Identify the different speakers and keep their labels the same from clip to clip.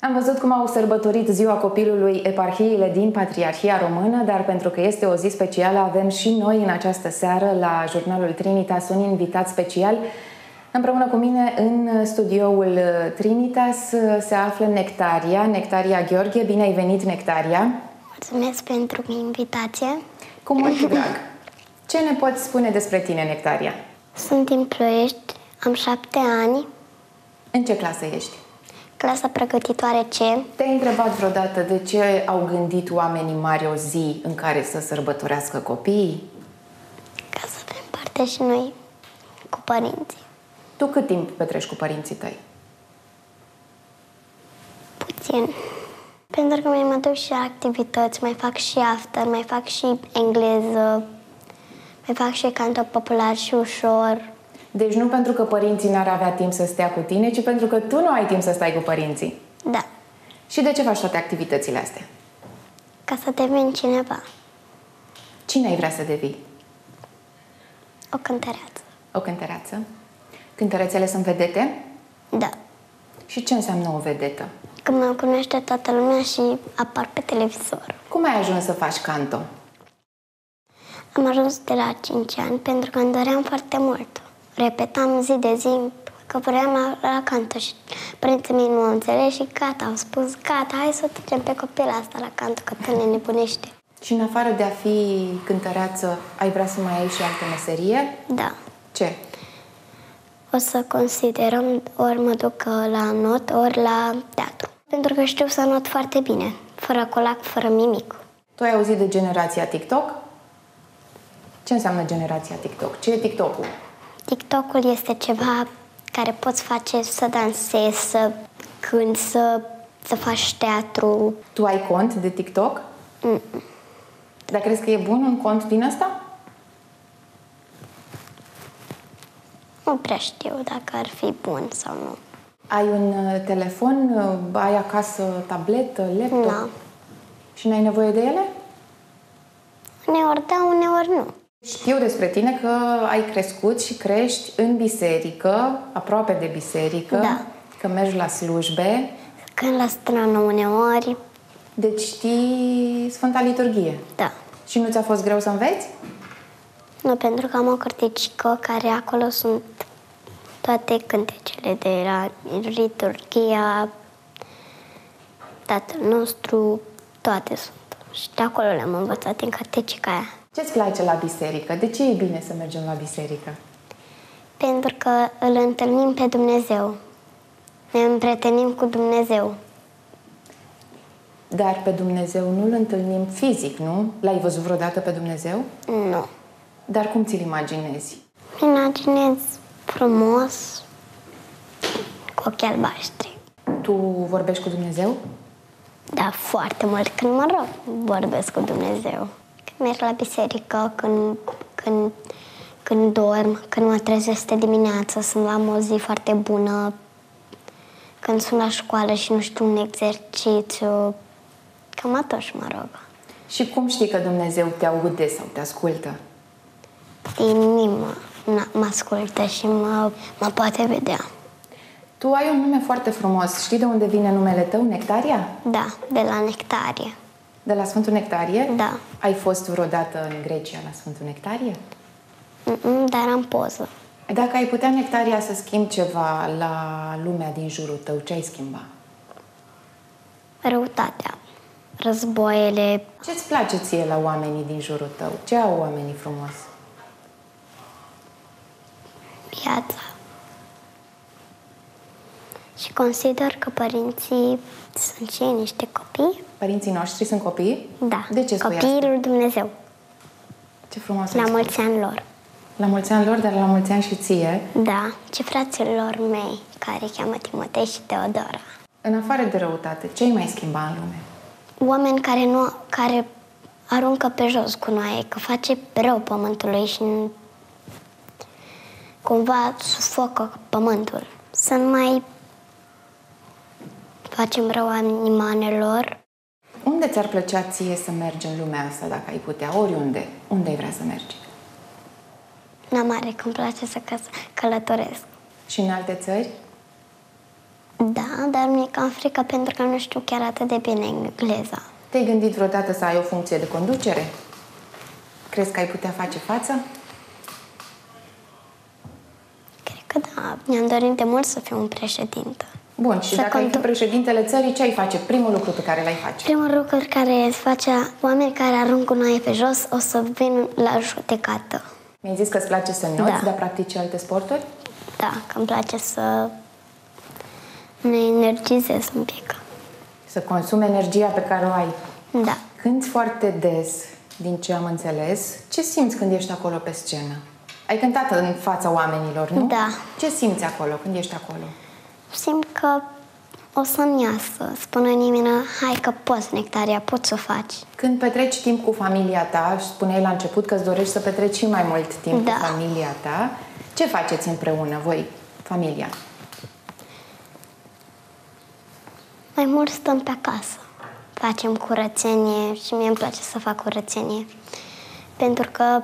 Speaker 1: Am văzut cum au sărbătorit Ziua Copilului eparhiile din Patriarhia Română, dar pentru că este o zi specială, avem și noi în această seară la jurnalul Trinitas un invitat special. Împreună cu mine în studioul Trinitas se află Nectaria, Nectaria Gheorghe. Bine ai venit, Nectaria!
Speaker 2: Mulțumesc pentru invitație.
Speaker 1: Cu mult drag! Ce ne poți spune despre tine, Nectaria?
Speaker 2: Sunt din Ploiești, am șapte ani,
Speaker 1: În ce clasă ești?
Speaker 2: clasa pregătitoare C.
Speaker 1: Te-ai întrebat vreodată de ce au gândit oamenii mari o zi în care să sărbătorească copiii?
Speaker 2: Ca să avem parte și noi cu părinții.
Speaker 1: Tu cât timp petreci cu părinții tăi?
Speaker 2: Puțin. Pentru că mai mă duc și la activități, mai fac și after, mai fac și engleză, mai fac și canto popular și ușor.
Speaker 1: Deci nu pentru că părinții n-ar avea timp să stea cu tine, ci pentru că tu nu ai timp să stai cu părinții.
Speaker 2: Da,
Speaker 1: Și de ce faci toate activitățile astea?
Speaker 2: ca să devin cineva,
Speaker 1: Cine ai vrea să devii?
Speaker 2: o cântăreață.
Speaker 1: O cântăreață? Cântărețele sunt vedete?
Speaker 2: Da.
Speaker 1: Și ce înseamnă o vedetă?
Speaker 2: Când mă cunoaște toată lumea și apar pe televizor.
Speaker 1: Cum ai ajuns să faci canto?
Speaker 2: Am ajuns de la 5 ani pentru că îmi doream foarte mult. Repetam zi de zi că vreau la, la canto și părinții mei nu au înțeles și gata, au spus gata, hai să o trecem pe copil asta la canto că te ne nebunește.
Speaker 1: Și în afară de a fi cântăreață, ai vrea să mai ai și altă meserie?
Speaker 2: Da,
Speaker 1: Ce?
Speaker 2: o să considerăm ori mă duc uh, la not, ori la teatru. Pentru că știu să not foarte bine, fără colac, fără mimic.
Speaker 1: Tu ai auzit de generația TikTok? Ce înseamnă generația TikTok? Ce e TikTok-ul?
Speaker 2: TikTok-ul este ceva care poți face să dansezi, să cânti, să, să faci teatru,
Speaker 1: Tu ai cont de TikTok?
Speaker 2: Mm.
Speaker 1: Dar crezi că e bun un cont din ăsta?
Speaker 2: Nu prea știu dacă ar fi bun sau nu.
Speaker 1: Ai un uh, telefon, uh, ai acasă tabletă, laptop?
Speaker 2: Nu.
Speaker 1: Și n-ai nevoie de ele?
Speaker 2: Uneori da, uneori nu.
Speaker 1: Știu despre tine că ai crescut și crești în biserică, aproape de biserică,
Speaker 2: Da.
Speaker 1: că mergi la slujbe,
Speaker 2: Când la strană uneori,
Speaker 1: deci știi Sfânta Liturghie.
Speaker 2: da.
Speaker 1: Și nu ți-a fost greu să înveți?
Speaker 2: Nu, pentru că am o cărticică care acolo sunt toate cântecele de la liturghia, Tatăl nostru, toate sunt. Și de acolo le-am învățat din cărticica aia.
Speaker 1: Ce-ți place la biserică? De ce e bine să mergem la biserică?
Speaker 2: Pentru că îl întâlnim pe Dumnezeu. Ne împretenim cu Dumnezeu.
Speaker 1: Dar pe Dumnezeu nu-L întâlnim fizic, nu? L-ai văzut vreodată pe Dumnezeu?
Speaker 2: Nu.
Speaker 1: Dar cum ți-l imaginezi?
Speaker 2: Imaginez frumos cu ochii albaștri.
Speaker 1: Tu vorbești cu Dumnezeu?
Speaker 2: Da, foarte mult când mă rog, vorbesc cu Dumnezeu. Când merg la biserică, când, când, când dorm, când mă trezesc de dimineață, sunt am o zi foarte bună, când sunt la școală și nu știu un exercițiu, cam atunci mă rog.
Speaker 1: Și cum știi că Dumnezeu te aude sau te ascultă?
Speaker 2: Din inimă na, mă ascultă și mă, mă poate vedea.
Speaker 1: Tu ai un nume foarte frumos. Știi de unde vine numele tău, Nectaria?
Speaker 2: Da, de la nectarie.
Speaker 1: De la Sfântul Nectarie?
Speaker 2: Da.
Speaker 1: Ai fost vreodată în Grecia la Sfântul Nectarie?
Speaker 2: Mm-mm, dar am poză.
Speaker 1: Dacă ai putea, Nectaria, să schimbi ceva la lumea din jurul tău, ce ai schimba?
Speaker 2: Răutatea, războaiele,
Speaker 1: Ce-ți place ție la oamenii din jurul tău? Ce au oamenii frumos?
Speaker 2: viața. Și consider că părinții sunt și ei niște copii.
Speaker 1: Părinții noștri sunt copii?
Speaker 2: Da,
Speaker 1: De ce spui
Speaker 2: copiii
Speaker 1: asta?
Speaker 2: lui Dumnezeu.
Speaker 1: Ce frumos ai
Speaker 2: La
Speaker 1: spus.
Speaker 2: mulți ani lor.
Speaker 1: La mulți ani lor, dar la mulți ani și ție.
Speaker 2: Da, și fraților mei, care îi cheamă Timotei și Teodora.
Speaker 1: În afară de răutate, ce ai mai schimba în lume?
Speaker 2: Oameni care, nu, care aruncă pe jos gunoaie, că face rău pământului și n- cumva sufocă pământul. Să nu mai facem rău animalelor.
Speaker 1: Unde ți-ar plăcea ție să mergi în lumea asta, dacă ai putea? Oriunde. Unde ai vrea să mergi?
Speaker 2: La mare, că îmi place să căs- călătoresc.
Speaker 1: Și în alte țări?
Speaker 2: Da, dar mi-e cam frică pentru că nu știu chiar atât de bine engleza.
Speaker 1: Te-ai gândit vreodată să ai o funcție de conducere? Crezi că ai putea face față?
Speaker 2: Cred că da, mi-am dorit de mult să fiu un președinte.
Speaker 1: Bun, și
Speaker 2: Să
Speaker 1: dacă ai fi
Speaker 2: conduc.
Speaker 1: președintele țării, ce ai face? Primul lucru pe care l-ai face?
Speaker 2: Primul lucru care îți face oameni care arunc gunoaie pe jos o să vin la judecată.
Speaker 1: Mi-ai zis că îți place să noți,
Speaker 2: Da.
Speaker 1: dar practici și alte sporturi?
Speaker 2: Da, că îmi place să ne energizez un pic.
Speaker 1: Să consumi energia pe care o ai.
Speaker 2: Da.
Speaker 1: Cânti foarte des, din ce am înțeles. Ce simți când ești acolo pe scenă? Ai cântat în fața oamenilor, nu?
Speaker 2: Da.
Speaker 1: Ce simți acolo când ești acolo?
Speaker 2: Simt că o să-mi iasă. Spune nimeni, hai că poți, Nectaria, poți să o faci.
Speaker 1: Când petreci timp cu familia ta, și spuneai la început că îți dorești să petreci și mai mult timp
Speaker 2: Da.
Speaker 1: cu familia ta, ce faceți împreună voi, familia?
Speaker 2: Mai mult stăm pe acasă. Facem curățenie și mie îmi place să fac curățenie. Pentru că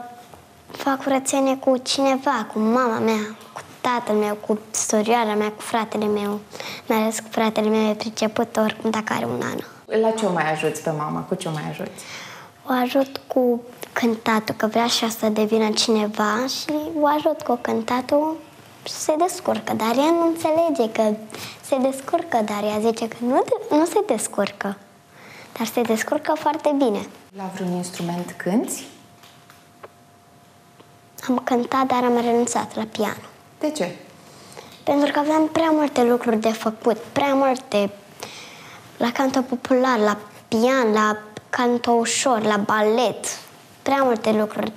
Speaker 2: fac curățenie cu cineva, cu mama mea, cu tatăl meu, cu surioara mea, cu fratele meu. Mai ales cu fratele meu e priceput oricum dacă are un an.
Speaker 1: La ce o mai ajuți pe mama? Cu ce o mai ajuți?
Speaker 2: O ajut cu cântatul, că vrea și ea să devină cineva și o ajut cu cântatul și se descurcă, dar ea nu înțelege că se descurcă, dar ea zice că nu, de- nu se descurcă, dar se descurcă foarte bine.
Speaker 1: La vreun instrument cânti?
Speaker 2: Am cântat, dar am renunțat la pian.
Speaker 1: De ce?
Speaker 2: Pentru că aveam prea multe lucruri de făcut, prea multe la canto popular, la pian, la canto ușor, la balet, prea multe lucruri.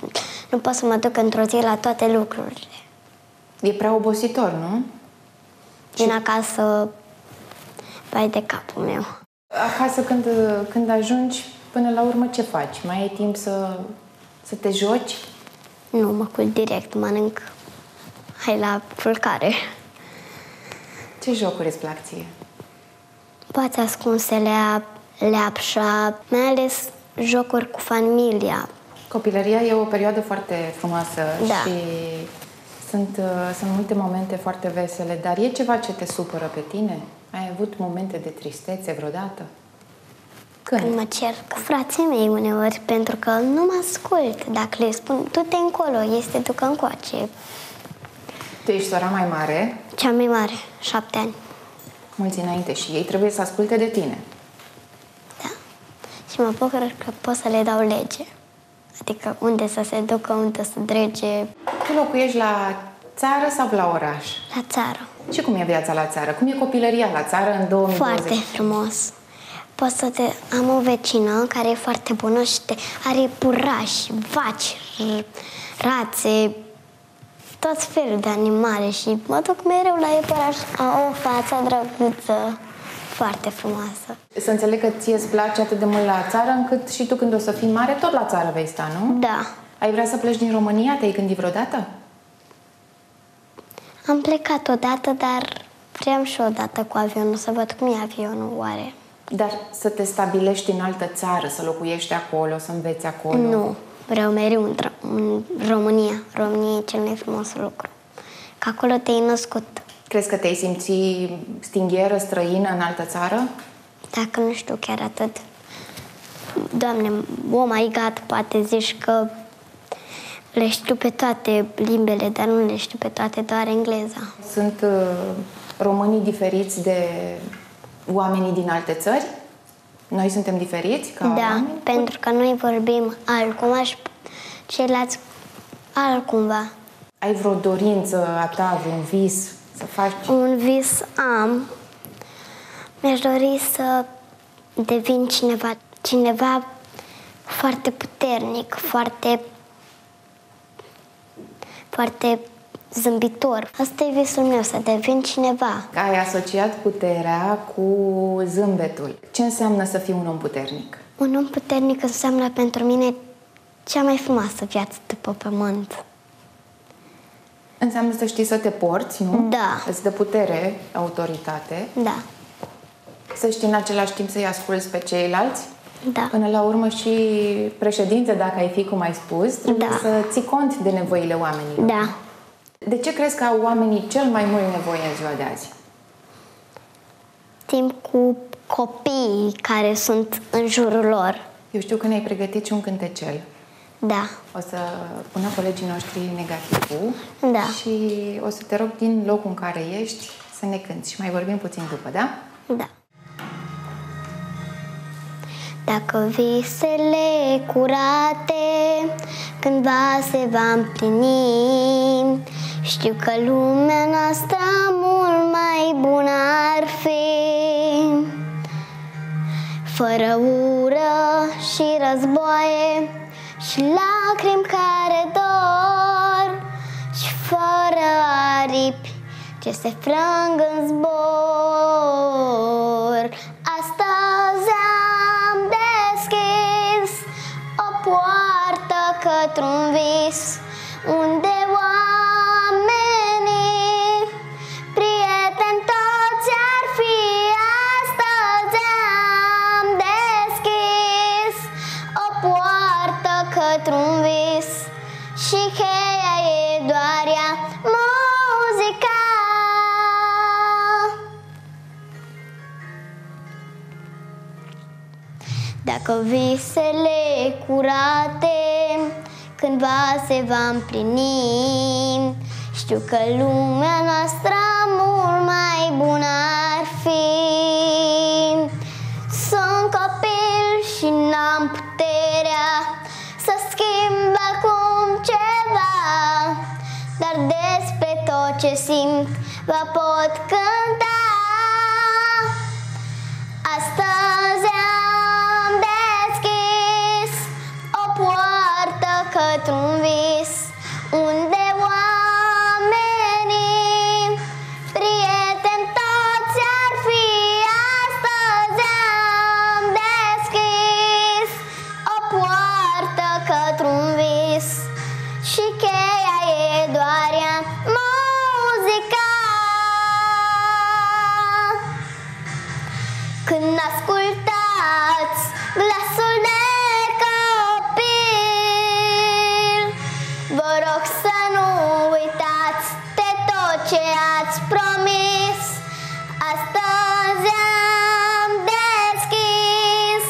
Speaker 2: Nu pot să mă duc într-o zi la toate lucrurile.
Speaker 1: E prea obositor, nu?
Speaker 2: Vin acasă, vai de capul meu.
Speaker 1: Acasă când, când ajungi, până la urmă ce faci? Mai ai timp să, să te joci?
Speaker 2: Nu, mă culc direct, mănânc. Hai la culcare.
Speaker 1: Ce jocuri îți plac ție?
Speaker 2: Poate ascunsele, leapșa, mai ales jocuri cu familia,
Speaker 1: Copilăria e o perioadă foarte frumoasă
Speaker 2: Da.
Speaker 1: și sunt, uh, sunt multe momente foarte vesele, dar e ceva ce te supără pe tine? Ai avut momente de tristețe vreodată?
Speaker 2: Când
Speaker 1: Când?
Speaker 2: mă cer cu frații mei uneori, pentru că nu mă ascult. Dacă le spun, tu te încolo, este tu că încoace.
Speaker 1: Tu ești sora mai mare,
Speaker 2: Cea mai mare, șapte ani.
Speaker 1: mulți înainte și ei trebuie să asculte de tine.
Speaker 2: Da. Și mă bucur că pot să le dau lege. Adică unde să se ducă, unde să drege,
Speaker 1: Tu locuiești la țară sau la oraș?
Speaker 2: la țară.
Speaker 1: Și cum e viața la țară? Cum e copilăria la țară în 2020?
Speaker 2: Foarte frumos. Pot să te... Am o vecină care e foarte bună și te... are purași, vaci, r- rațe, tot felul de animale și mă duc mereu la ei puraș. Au o față drăguță, foarte frumoasă.
Speaker 1: Să înțeleg că ție îți place atât de mult la țară, încât și tu când o să fii mare, tot la țară vei sta, nu?
Speaker 2: Da,
Speaker 1: Ai vrea să pleci din România? Te-ai gândit vreodată?
Speaker 2: am plecat odată, dar vreau și odată cu avionul să văd cum e avionul, oare.
Speaker 1: Dar să te stabilești în altă țară, să locuiești acolo, să înveți acolo?
Speaker 2: Nu, vreau mereu în, Dra- în România. România e cel mai frumos lucru. Că acolo te-ai născut.
Speaker 1: Crezi că te-ai simți stingheră, străină în altă țară?
Speaker 2: Dacă nu știu chiar atât. Doamne, oh my god, poate zici că le știu pe toate limbele, dar nu le știu pe toate, doar engleza.
Speaker 1: Sunt uh, românii diferiți de oamenii din alte țări? Noi suntem diferiți ca
Speaker 2: da,
Speaker 1: oameni?
Speaker 2: pentru că noi vorbim altcumva și ceilalți altcumva.
Speaker 1: Ai vreo dorință a ta, vreun vis să faci?
Speaker 2: Un vis am. Mi-aș dori să devin cineva, cineva foarte puternic, foarte, foarte zâmbitor. Asta e visul meu, să devin cineva.
Speaker 1: Ai asociat puterea cu zâmbetul. Ce înseamnă să fii un om puternic?
Speaker 2: Un om puternic înseamnă pentru mine cea mai frumoasă viață după pământ.
Speaker 1: Înseamnă să știi să te porți, nu?
Speaker 2: Da.
Speaker 1: Îți dă putere, autoritate.
Speaker 2: Da,
Speaker 1: Să știi în același timp să-i asculți pe ceilalți.
Speaker 2: da,
Speaker 1: Până la urmă și președinte, dacă ai fi, cum ai spus, trebuie
Speaker 2: Da.
Speaker 1: să ții cont de nevoile oamenilor.
Speaker 2: da.
Speaker 1: De ce crezi că au oamenii cel mai mult nevoie în ziua de azi?
Speaker 2: timp cu copiii care sunt în jurul lor.
Speaker 1: Eu știu că ne-ai pregătit și un cântecel.
Speaker 2: Da,
Speaker 1: O să pună colegii noștri negativul
Speaker 2: Da.
Speaker 1: și o să te rog din locul în care ești să ne cânti și mai vorbim puțin după, da?
Speaker 2: da. Dacă visele curate cândva se va împlini, știu că lumea noastră mult mai bună ar fi. fără ură și războaie și lacrimi care dor și fără aripi ce se frâng în zbor. Astăzi am deschis o poartă către un vis unde oamenii prieteni toți ar fi astăzi am deschis o poartă către un vis și cheia e doar ea muzica. Dacă visele curate cândva se va împlini, știu că lumea noastră mult mai bună ar fi. Sunt copil și n-am puterea să schimb acum ceva, dar despre tot ce simt vă pot cânta. Astăzi am deschis o poartă către un vis unde oamenii prieteni toți ar fi. Astăzi am deschis o poartă către un vis și cheia e doar ea muzica. Când ascultați glasul de copil Vă rog să nu uitați de tot ce ați promis Astăzi am deschis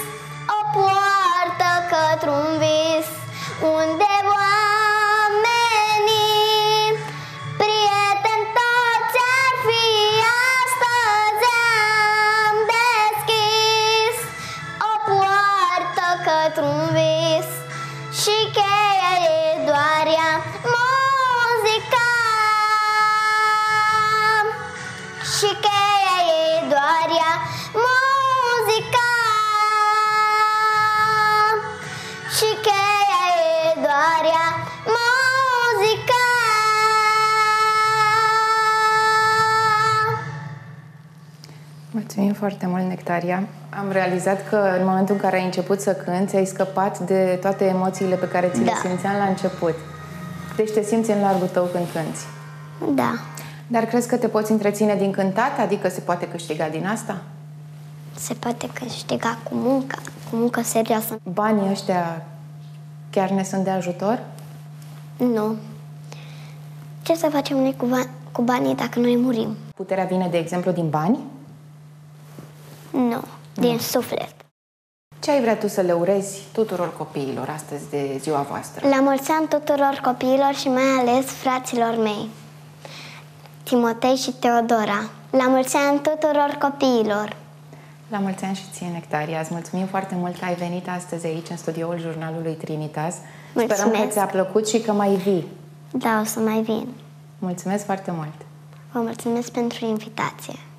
Speaker 2: o poartă către un vis Unde oamenii prieteni toți ar fi Astăzi am deschis o poartă către un vis Și cheia e doar ea muzica Și cheia e doar ea muzica Și cheia e doar ea muzica
Speaker 1: Mulțumim foarte mult, Nectaria. Am realizat că în momentul în care ai început să cânti, ai scăpat de toate emoțiile pe care ți le
Speaker 2: Da.
Speaker 1: simțeam la început. Deci te simți în largul tău când cânti.
Speaker 2: Da,
Speaker 1: Dar crezi că te poți întreține din cântat? Adică se poate câștiga din asta?
Speaker 2: se poate câștiga cu munca, cu muncă serioasă.
Speaker 1: Banii ăștia chiar ne sunt de ajutor?
Speaker 2: Nu. Ce să facem noi cu, ba- cu banii dacă noi murim?
Speaker 1: Puterea vine, de exemplu, din bani?
Speaker 2: Nu, din suflet.
Speaker 1: Ce ai vrea tu să le urezi tuturor copiilor astăzi de ziua voastră?
Speaker 2: La mulți ani tuturor copiilor și mai ales fraților mei, Timotei și Teodora. La mulți ani tuturor copiilor.
Speaker 1: La mulți ani și ție, Nectaria. Îți mulțumim foarte mult că ai venit astăzi aici în studioul jurnalului Trinitas. Sperăm că
Speaker 2: Mulțumesc.
Speaker 1: ți-a plăcut și că mai vii.
Speaker 2: Da, o să mai vin.
Speaker 1: Mulțumesc foarte mult!
Speaker 2: Vă mulțumesc pentru invitație.